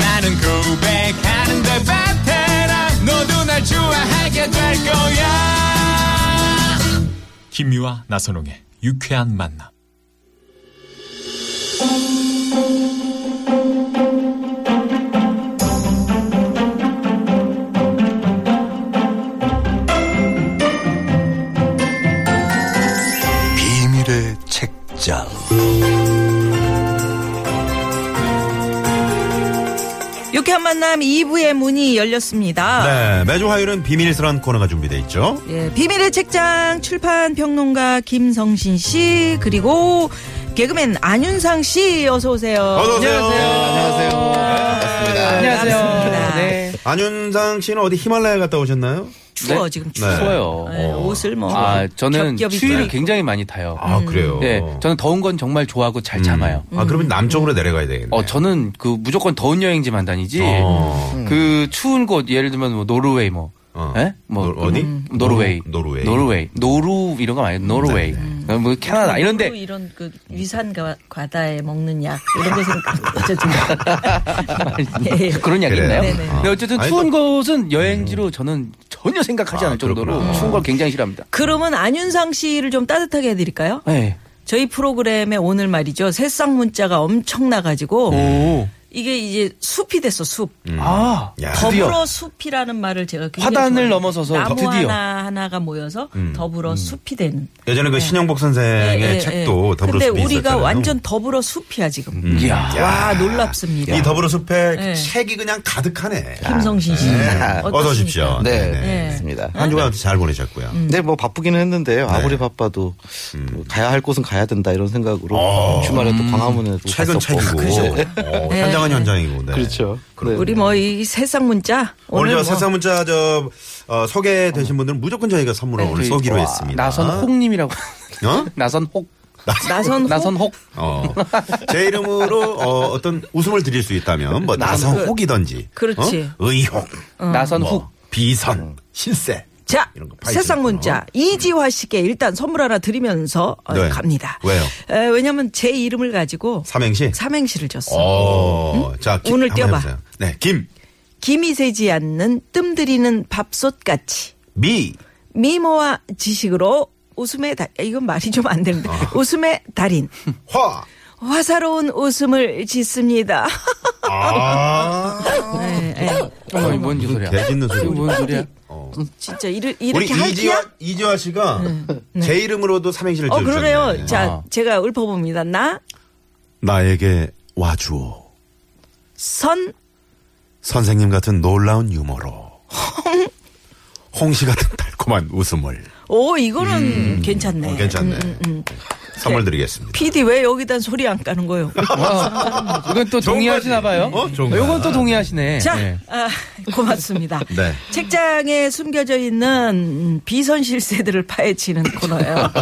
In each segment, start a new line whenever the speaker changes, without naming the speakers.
나는 고백하는데 베테랑 너도 날 좋아하게 될 거야
김미화 나선홍의 유쾌한 만남.
비밀의 책장.
유쾌한 만남 2부의 문이 열렸습니다.
네, 매주 화요일은 비밀스러운 코너가 준비돼 있죠.
예, 비밀의 책장 출판 평론가 김성신 씨 그리고 개그맨 안윤상 씨 어서 오세요.
어서 오세요.
안녕하세요. 안녕하세요.
네.
안윤상 씨는 어디 히말라야 갔다 오셨나요?
추워
네?
지금 추워.
추워요.
어.
네, 옷을 뭐
아, 저는
겹겹이
추위를
입고.
굉장히 많이 타요.
아, 그래요.
네, 저는 더운 건 정말 좋아하고 잘 참아요.
아,
음.
그러면 남쪽으로 내려가야 되겠네.
어, 저는 그 무조건 더운 여행지만 다니지.
어.
그 추운 곳 예를 들면 뭐 노르웨이 뭐,
어.
예? 뭐
노- 어디?
음, 노르웨이,
노르웨이. 네,
노르웨이, 노루 이런 거 많이 노르웨이, 뭐 캐나다
또
이런데
음.
이런 그 위산 과- 과다에 먹는 약 이런 거 생각 예, 예.
그런 이야기 있나요?
그래요.
네네.
근데 어쨌든
아니, 음.
추운 곳은 여행지로 저는 전혀 생각하지
아,
않을 정도로
그렇구나.
추운 걸 굉장히 싫어합니다.
그러면 안윤상 씨를 좀 따뜻하게 해드릴까요?
음.
네.
저희 프로그램에 오늘 말이죠 새싹 문자가 엄청나가지고
네. 오,
이게 이제 숲이 됐어 숲.
음.
아,
야.
드디어.
더불어 숲이라는 말을 제가 굉장히
화단을
좋아해요.
넘어서서
나무
드디어.
하나 하나가 모여서
음.
더불어 숲이 되는.
예전에 그 신영복 선생의
네. 예, 예,
네, 책도
예.
더불어
근데
숲이
우리가
있었잖아요. 음.
완전 더불어 숲이야 지금.
이야.
와 놀랍습니다.
이 더불어 숲에
예.
책이 그냥 가득하네.
김성신 씨. 어떻습니까?
어서 오십시오.
네,
네.
그렇습니다.
한 주간 잘 보내셨고요.
음.
네, 뭐 바쁘기는 했는데요. 아무리 바빠도 또 가야 할 곳은 가야 된다 이런 생각으로 주말에 또 광화문에 도
책은 책이고
네.
어, 현장은
예.
현장이고. 네.
그렇죠. 네.
우리 뭐 이 새싹 문자 오늘
오늘 저
뭐
세상 문자 저 어, 소개되신 분들은 무조건 저희가 선물을 오늘 네, 쏘기로 했습니다.
네, 그뭐 나선홍님이라고.
어?
나선혹.
나선 나선
나선혹.
어. 제 이름으로 어, 어떤 웃음을 드릴 수 있다면 뭐 나선혹이든지
그렇지.
어? 의혹
나선훅.
뭐 비선 신세
자,
이런 거 파헤치고.
세상 문자 이지화 씨께 일단 선물 하나 드리면서 어,
네.
갑니다.
왜요?
에, 왜냐면 제 이름을 가지고
삼행시.
삼행시를 줬어.
어. 자, 김,
오늘
한번
띄워봐.
해보세요. 네, 김,
김이 새지 않는 뜸들이는 밥솥같이
미,
미모와 지식으로 웃음의 달 아, 이건 말이 좀 안 되는데
아.
웃음의 달인
화.
화사로운 웃음을 짓습니다.
아.
네, 네.
어머, 뭔 소리야.
개 짖는 소리.
이거
아,
뭔 소리야.
진짜 뭐, 이르,
우리
이렇게 할
이지화,
기야? 네.
이지화 씨가 제 이름으로도 삼행시를
어
지어주셨네.
그러네요. 자
아.
제가 읊어봅니다.
나에게 와주오.
나 선
선생님 같은 놀라운 유머로. 홍시 같은 달콤한 웃음을.
오 이거는 괜찮네. 음,
어, 괜찮네.
네.
선물 드리겠습니다.
PD 왜 여기다 소리 안 까는 거요?
와, 어. 이건 또 동의하시나 봐요.
어, 정말.
이건 또 동의하시네.
아. 자,
네.
아, 고맙습니다.
네.
책장에 숨겨져 있는 음, 비선실세들을 파헤치는 코너예요.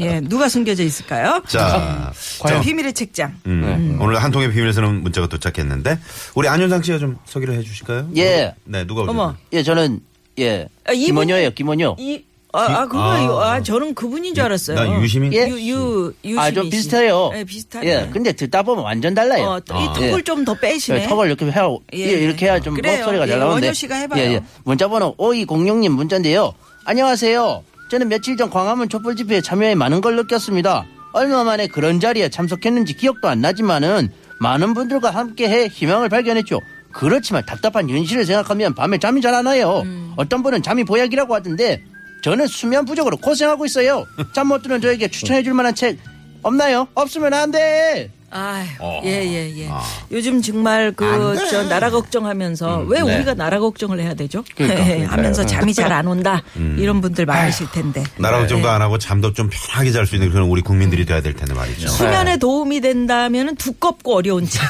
예, 누가 숨겨져 있을까요?
자,
자, 비밀의 책장.
음, 오늘 한 통의 비밀에서는 문자가 도착했는데 우리 안윤상 씨가 좀 소개를 해주실까요?
예.
네, 누가
어머.
오셨나요?
예, 저는 예.
아, 이분-
김원효예요, 김원효.
이 아, 아 그거 아, 저는 그분인 줄 알았어요.
나 유시민.
예.
유유 유시민.
아, 좀 비슷해요.
네, 비슷하네.
예, 근데 듣다 보면 완전 달라요.
어, 또
아.
이 턱을
예.
좀 더 빼시네.
예, 턱을 이렇게 해
예,
예, 이렇게 해야 좀
그래요.
목소리가
예,
잘 나오는데.
원효 씨가 해봐요.
문자번호 5206님 문자인데요. 안녕하세요. 저는 며칠 전 광화문 촛불 집회에 참여해 많은 걸 느꼈습니다. 얼마 만에 그런 자리에 참석했는지 기억도 안 나지만은 많은 분들과 함께해 희망을 발견했죠. 그렇지만 답답한 현실을 생각하면 밤에 잠이 잘 안 와요.
음.
어떤 분은 잠이 보약이라고 하던데 저는 수면 부족으로 고생하고 있어요. 잠 못 드는 저에게 추천해 줄 만한 책 없나요? 없으면 안 돼.
아유,
어.
예, 예, 예. 요즘 정말 그, 저, 나라 걱정하면서 왜
네.
우리가 나라 걱정을 해야 되죠?
그러니까, 그러니까요.
하면서 잠이 잘 안 온다. 이런 분들 많으실 텐데.
나라 걱정도 안 하고 잠도 좀 편하게 잘 수 있는 그런 우리 국민들이 돼야 될 텐데 말이죠.
수면에 도움이 된다면 두껍고 어려운 책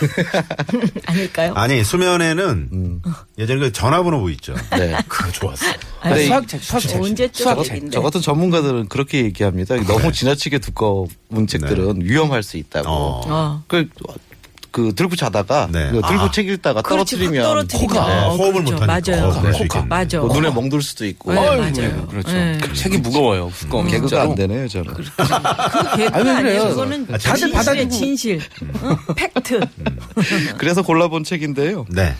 아닐까요? 뭐
아니 수면에는 예전에 그 전화번호부 있죠.
네.
그거 좋았어.
근데 수학책, 수학책.
언제쯤
저,
얘긴데.
저 같은 전문가들은 그렇게 얘기합니다. 너무 지나치게 두꺼운 책들은 위험할 수 있다고.
어.
어.
그, 그 들고 자다가
네.
그 들고
아.
책 읽다가
그렇지, 확
떨어뜨리면
그렇죠. 떨어뜨리면.
코가
네,
어,
호흡을
그렇죠.
못하니까
맞아요.
코가 날 수
코가.
있겠네. 어,
맞아요.
뭐 눈에 멍들 수도 있고
네,
아유,
맞아요.
그렇죠.
네.
책이 무거워요. 두꺼운 게.
개그가
진짜로.
안 되네요 저는.
그 개그
아니,
아니에요.
그래요.
그거는
아,
진실의
다들 받아주고. 음.
진실. 응? 팩트.
그래서 골라본 책인데요.
네.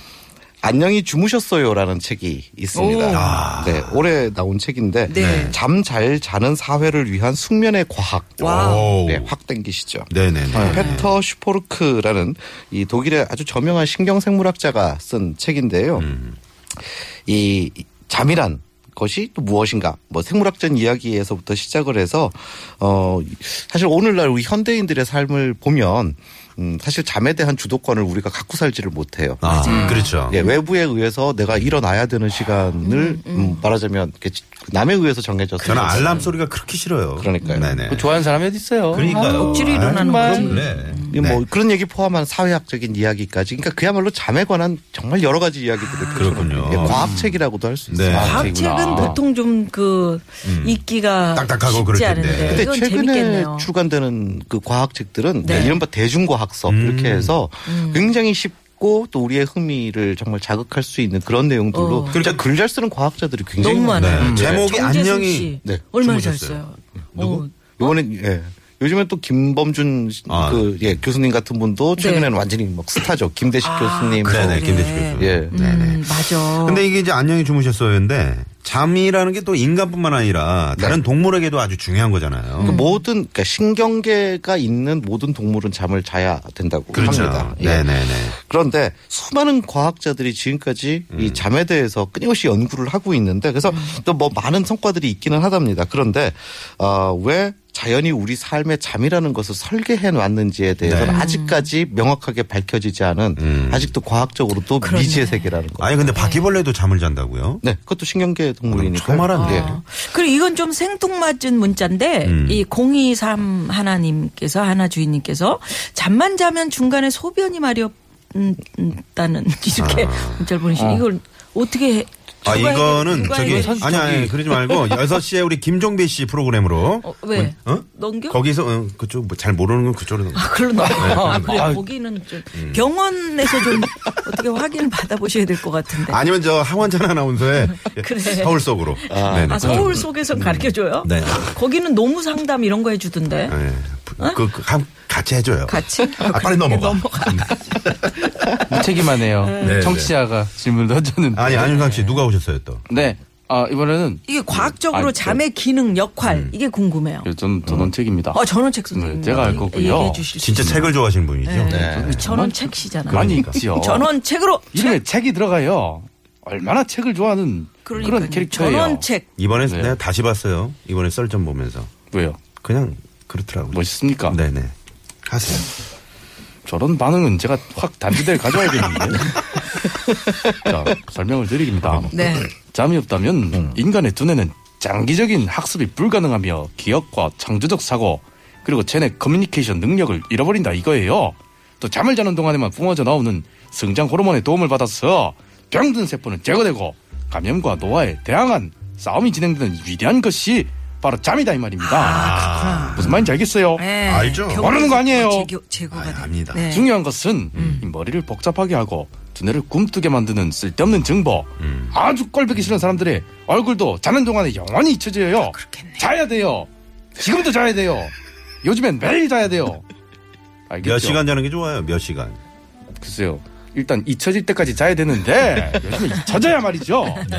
안녕히 주무셨어요라는 책이
오. 아.
있습니다. 네, 올해 나온 책인데
네.
잠 잘 자는 사회를 위한 숙면의 과학.
와.
오.
네, 확 땡기시죠. 어,
네네네.
페터 슈포르크라는 이 독일의 아주 저명한 신경생물학자가 쓴 책인데요.
음.
이 잠이란 것이 또 무엇인가? 뭐 생물학적 이야기에서부터 시작을 해서 어 사실 오늘날 우리 현대인들의 삶을 보면 음 사실 잠에 대한 주도권을 우리가 갖고 살지를 못해요.
아, 그렇죠.
예, 외부에 의해서 내가 일어나야 되는 시간을 음, 말하자면 이렇게 남에 의해서 정해져서
저는 알람 소리가 그렇게 싫어요.
그렇죠. 그러니까요. 그렇죠.
네네.
그거 좋아하는 사람이 어디 있어요?
그러니까요.
억지로 일어나는
아유,
거지.
그래. 네.
이뭐 그런 얘기 포함한 사회학적인 이야기까지 그러니까 그야말로 잠에 관한 정말 여러 가지 이야기들을
아, 그렇군요.
예, 과학책이라고도 할 수 있어요.
네.
다
과학책은 보통 좀 그 읽기가
음. 딱딱하고
쉽지
그럴 텐데.
않은데
근데
이건
최근에
재밌겠네요.
출간되는 그 과학책들은
네. 음.
이른바 대중과학서
음.
이렇게 해서 굉장히 쉽고 또 우리의 흥미를 정말 자극할 수 있는 그런 내용들로
어.
진짜 글 잘 쓰는 과학자들이 굉장히
너무
많아요.
많아요.
그러니까 네. 제목이
정재승
안녕히
씨
네,
얼마나 잘
주무셨어요?
써요?
누구?
어,
요번엔 예. 요즘에 또 김범준
아.
그 예, 교수님 같은 분도
네.
최근에는 완전히 막 스타죠. 김대식 교수님.
네네. 김대식
그래.
교수.
예.
네네.
음, 맞아.
근데 이게 이제 안녕히 주무셨어요인데 잠이라는 게 또 인간뿐만 아니라 다른 동물에게도 아주 중요한 거잖아요.
그 모든 그러니까 신경계가 있는 모든 동물은 잠을 자야 된다고 합니다. 예.
그렇죠. 네네네.
그런데 수많은 과학자들이 지금까지
음.
이 잠에 대해서 끊임없이 연구를 하고 있는데 그래서 또 뭐 많은 성과들이 있기는 하답니다. 그런데 어, 왜 자연이 우리 삶의 잠이라는 것을 설계해 놨는지에 대해서는
네.
아직까지 명확하게 밝혀지지 않은 아직도 과학적으로도 미지의 세계라는 거.
음. 아니 근데 바퀴벌레도 잠을 잔다고요?
네, 그것도 신경계 동물이니까.
초말한데.
예.
그리고 이건 좀 생뚱맞은 문자인데
음.
이 023 하나님께서 하나 주인님께서 잠만 자면 중간에 소변이 마렵다는 이렇게 문자를 보내시 고 이걸 어떻게 해?
아
누가 해-
이거는
누가
저기
해?
아니 아니 그러지 말고 6시에 우리 김종배 씨 프로그램으로
어, 왜?
어?
넘겨?
거기서 네. 어, 그쪽 뭐잘 모르는 건 그쪽으로 넘겨.
아, 그걸로 넘겨. 아, 그래.
아.
거기는 좀
음.
병원에서 좀 어떻게 확인을 받아보셔야 될 것 같은데. 아,
아니면 저 항원찬 아나운서의 예,
그래.
서울 속으로. 네네.
아, 서울 속에서 가르쳐 줘요?
네.
거기는 노무 상담 이런 거 해주던데.
예. 그, 그 함- 같이 해줘요.
같이?
아, 빨리 넘어가.
무책임하네요.
네,
청취자가 질문을 던졌는데.
아니 안윤상 씨 누가 오셨어요 또?
네. 아, 이번에는
이게 과학적으로
아니,
잠의 기능, 역할 이게 궁금해요.
전 전원책입니다.
아, 전원책 선생님.
네, 제가 알 거고요.
얘기해 주실 수
진짜 책을 좋아하시는 분이죠. 네.
있어요. 전원책시잖아요.
많이 있지요.
전원책으로
이름에 책이 들어가요. 얼마나 책을 좋아하는 그런
그러니까
캐릭터예요.
전원책
이번에
네.
내가 다시 봤어요. 이번에 썰전 보면서
왜요?
그냥 그렇더라고요.
멋있습니까?
네네.
네,
하세요.
저런 반응은 제가 확 단지대를 가져야겠는데. 자, 설명을 드리겠습니다.
네. 음.
잠이 없다면 인간의 두뇌는 장기적인 학습이 불가능하며 기억과 창조적 사고 그리고 체내 커뮤니케이션 능력을 잃어버린다 이거예요. 또 잠을 자는 동안에만 뿜어져 나오는 성장 호르몬의 도움을 받아서 병든 세포는 제거되고 감염과 노화에 대항한 싸움이 진행되는 위대한 것이 바로 잠이다 이 말입니다. 무슨 말인지 알겠어요?
아, 네.
알죠.
겨-
모르는 거 아니에요.
제거, 제거가 돼.
아, 압니다.
네.
중요한 것은 이 머리를 복잡하게 하고 두뇌를 굼뜨게 만드는 쓸데없는 정보
음.
아주 꼴보기 싫은 사람들의 얼굴도 자는 동안에 영원히 잊혀져요 자야 돼요 지금도 자야 돼요 요즘엔 매일 자야 돼요 알겠죠?
몇
네.
시간 자는 게 좋아요. 몇 시간.
글쎄요 일단 잊혀질 때까지 자야 되는데 요즘에 잊혀져야 말이죠 깨면
네.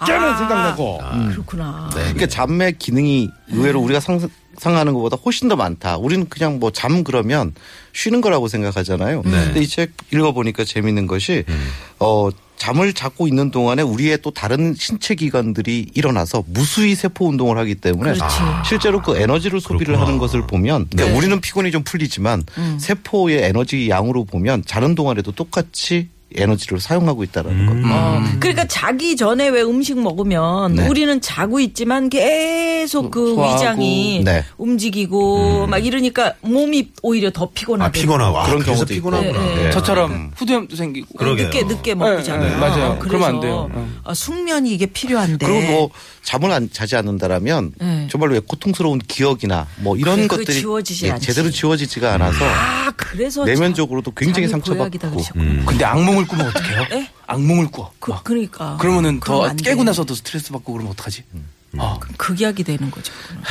아.
생각나고 아. 음.
그렇구나.
그러니까 잠의 기능이 의외로 우리가 상, 상하는 것보다 훨씬 더 많다. 우리는 그냥 뭐 잠 그러면 쉬는 거라고 생각하잖아요.
네.
근데 이 책 읽어보니까 재밌는 것이
음.
어 잠을 자고 있는 동안에 우리의 또 다른 신체 기관들이 일어나서 무수히 세포 운동을 하기 때문에
그렇지. 아.
실제로 그 에너지를 소비를
그렇구나. 네.
하는 것을 보면 그러니까 우리는 피곤이 좀 풀리지만
음.
세포의 에너지 양으로 보면 자는 동안에도 똑같이 에너지를 사용하고 있다라는 거.
음.
네.
어, 그러니까 자기 전에 왜 음식 먹으면
네.
우리는 자고 있지만 계속 그
소화하고,
위장이
네.
움직이고
음.
막 이러니까 몸이 오히려 더
아,
피곤하대.
피곤하고. 아,
그런
그래서
경우도 있고.
피곤하구나.
네, 네.
예.
저처럼 후두염도 생기고
그러게요.
늦게 늦게
네,
먹잖아요.
네,
그래서
맞아요. 그러면 안 돼요. 네.
아, 숙면이 이게 필요한데.
그리고 뭐 잠을 안 자지 않는다라면
네.
정말로 왜 고통스러운 기억이나 뭐 이런
그게
것들이 예,
지워지지 않지.
제대로 지워지지가 않아서
아 그래서
내면적으로도 굉장히
잠이
상처받고.
고약이다 그러셨구나.
음.
근데 악몽을 꾸면 어떡해요?
네?
악몽을 꾸어.
그,
막.
그러니까.
그러면은
그러면
더
안
깨고
돼.
나서도 스트레스 받고 그러면 어떡하지?
음.
아,
그럼 극약이 되는 거죠. 그거는.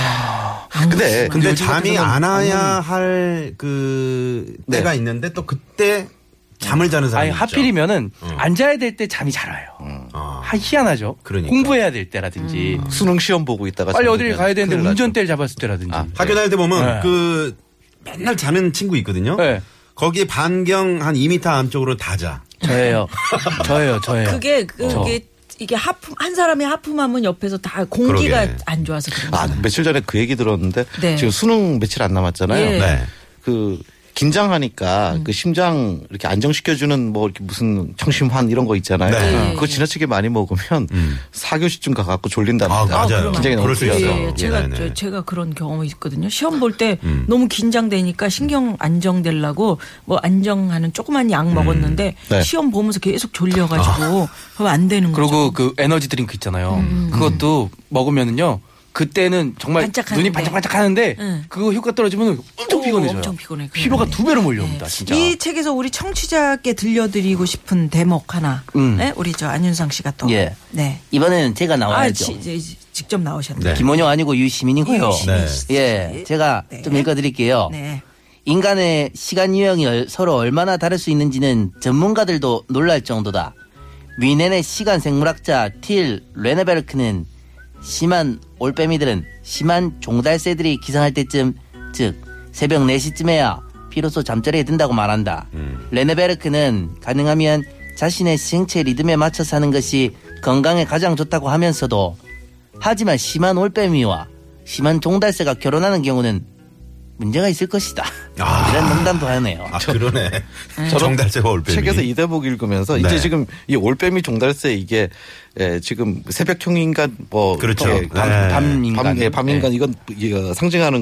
안
근데
근데
요즘
잠이
같은
안 와야
경우는 음.
할 그
네.
때가 있는데 또 그때 잠을 자는 사람이
아니
있죠.
하필이면은 앉아야 될 때 잠이 잘 와요.
아.
하, 희한하죠.
그러니까.
공부해야 될
음.
때라든지
수능 시험 보고 있다가
빨리 어디를
잠들면
가야 되는데
큰일 나죠.
운전대를 잡았을 때라든지.
아.
학교 다닐 때 보면
네.
그 맨날 자는 친구 있거든요.
네.
거기에 반경 한 2m 안쪽으로 다 자.
저예요. 저예요.
어.
저예요.
그게 그게 이게 하품 한 사람이 하품하면 옆에서 다 공기가
그러게.
안 좋아서 그런
아,
거예요.
며칠 전에 그 얘기 들었는데
네.
지금 수능 며칠 안 남았잖아요.
예. 음.
네.
그 긴장하니까 그 심장 이렇게 안정시켜주는 뭐 이렇게 무슨 청심환 이런 거 있잖아요.
예.
네.
그거 지나치게 많이 먹으면 사교시쯤 가갖고 졸린답니다.
아,
어,
맞아요.
긴장이 너무
그럴 수 있어요.
풀려서.
예, 제가
네네.
저- 제가 그런 경험이 있거든요. 시험 볼 때
음.
너무 긴장되니까 신경 안정되려고 뭐 안정하는 조그만 약 먹었는데
네. 아.
시험 보면서 계속 졸려가지고 그러면 안 되는 거죠.
그리고 그 에너지 드링크 있잖아요.
음.
음.
그것도 먹으면은요. 그때는 정말
반짝하는데.
눈이 반짝반짝 하는데
응.
그거 효과 떨어지면 엄청
오,
피곤해져요.
엄청 피곤해. 그래요.
피로가 두 배로 몰려옵니다.
네.
진짜.
이 책에서 우리 청취자께 들려드리고 싶은 대목 하나.
음.
네? 우리 저 안윤상 씨가 또.
예.
네.
이번에는 제가
아,
나와야죠.
지, 지- 직접 나오셨네.
네.
김원효 아니고 유시민이고요.
네.
예, 제가
네.
좀 읽어드릴게요.
네.
인간의 시간 유형이 얼- 서로 얼마나 다를 수 있는지는 전문가들도 놀랄 정도다. 위넨의 시간 생물학자 틸 레네베르크는 심한 올빼미들은 심한 종달새들이 기상할 때쯤 즉 새벽 4시쯤에야 비로소 잠자리에 든다고 말한다. 레네베르크는 가능하면 자신의 생체 리듬에 맞춰 사는 것이 건강에 가장 좋다고 하면서도 하지만 심한 올빼미와 심한 종달새가 결혼하는 경우는 문제가 있을 것이다.
아.
이런 농담도 하네요.
아, 그러네. 정달새와 올빼미.
책에서 이 대목 읽으면서
네.
이제 지금 이 올빼미 종달새 이게 예, 지금 새벽형 인간 뭐
그렇죠.
예, 밤,
네.
밤인간.
밤, 예, 밤인간
네.
이건 이, 어, 상징하는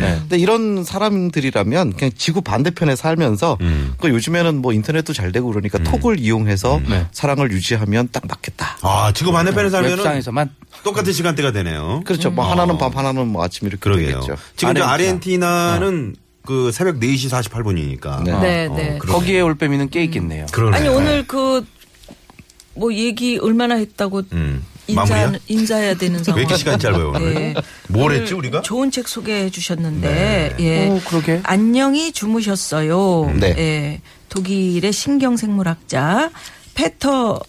네. 네.
근데 이런 사람들이라면 그냥 지구 반대편에 살면서
음.
그 요즘에는 뭐 인터넷도 잘 되고 그러니까 톡을 이용해서
네.
사랑을 유지하면 딱 맞겠다.
아, 지금 반대편에 살면은
웹상에서만
똑같은 시간대가 되네요.
그렇죠. 뭐
음. 어.
하나는 밤, 하나는 뭐 아침 이렇게
그러게요.
되겠죠.
지금 저
아르헨티나. 어.
아르헨티나는 그 새벽 4시 48분이니까. 어,
네.
네, 네.
거기에 올빼미는 깨 있겠네요.
그러네.
아니 오늘 그 뭐 얘기 얼마나 했다고
음.
인사
마무리야?
인사해야 되는 상황. 예.
왜 이렇게 시간이 짧아요, 오늘? 뭘 했지, 우리가? 네.
좋은 책 소개해 주셨는데 예.
오, 그러게.
안녕히
음,
주무셨어요.
네.
예. 독일의 신경생물학자 페터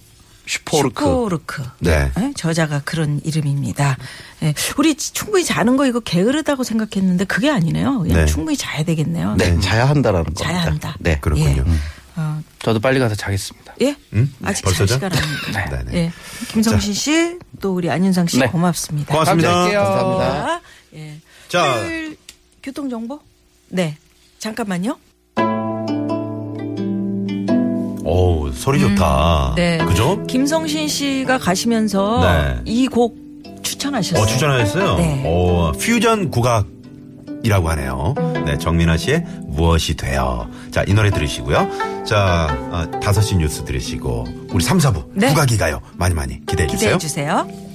슈포르크.
슈포르크.
네.
예? 저자가 그런 이름입니다. 예. 우리 충분히 자는 거 이거 게으르다고 생각했는데 그게 아니네요. 그냥
네.
충분히 자야 되겠네요.
네, 자야 한다라는 겁니다.
자야 한다.
네.
그렇군요.
어,
저도 빨리 가서 자겠습니다.
예?
음?
아직 잘
벌써 자?
시간 아닙니다.
네. 네.
예. 김성신 씨, 또 우리 안윤상 씨
네.
고맙습니다.
고맙습니다.
뵐게요.
감사합니다.
자, 예.
자.
화요일 교통 정보? 네. 잠깐만요.
오, 소리 좋다.
네.
그죠?
김성신 씨가 가시면서
네.
이 곡 추천하셨어요.
어, 추천하셨어요?
네.
어, 퓨전 국악. 이라고 하네요. 네, 정민아 씨의 무엇이 돼요. 자, 이 노래 들으시고요. 자, 아, 5시 뉴스 들으시고, 우리 3, 4부
네.
국악이 가요. 많이 많이 기대해
기대해
주세요.
주세요.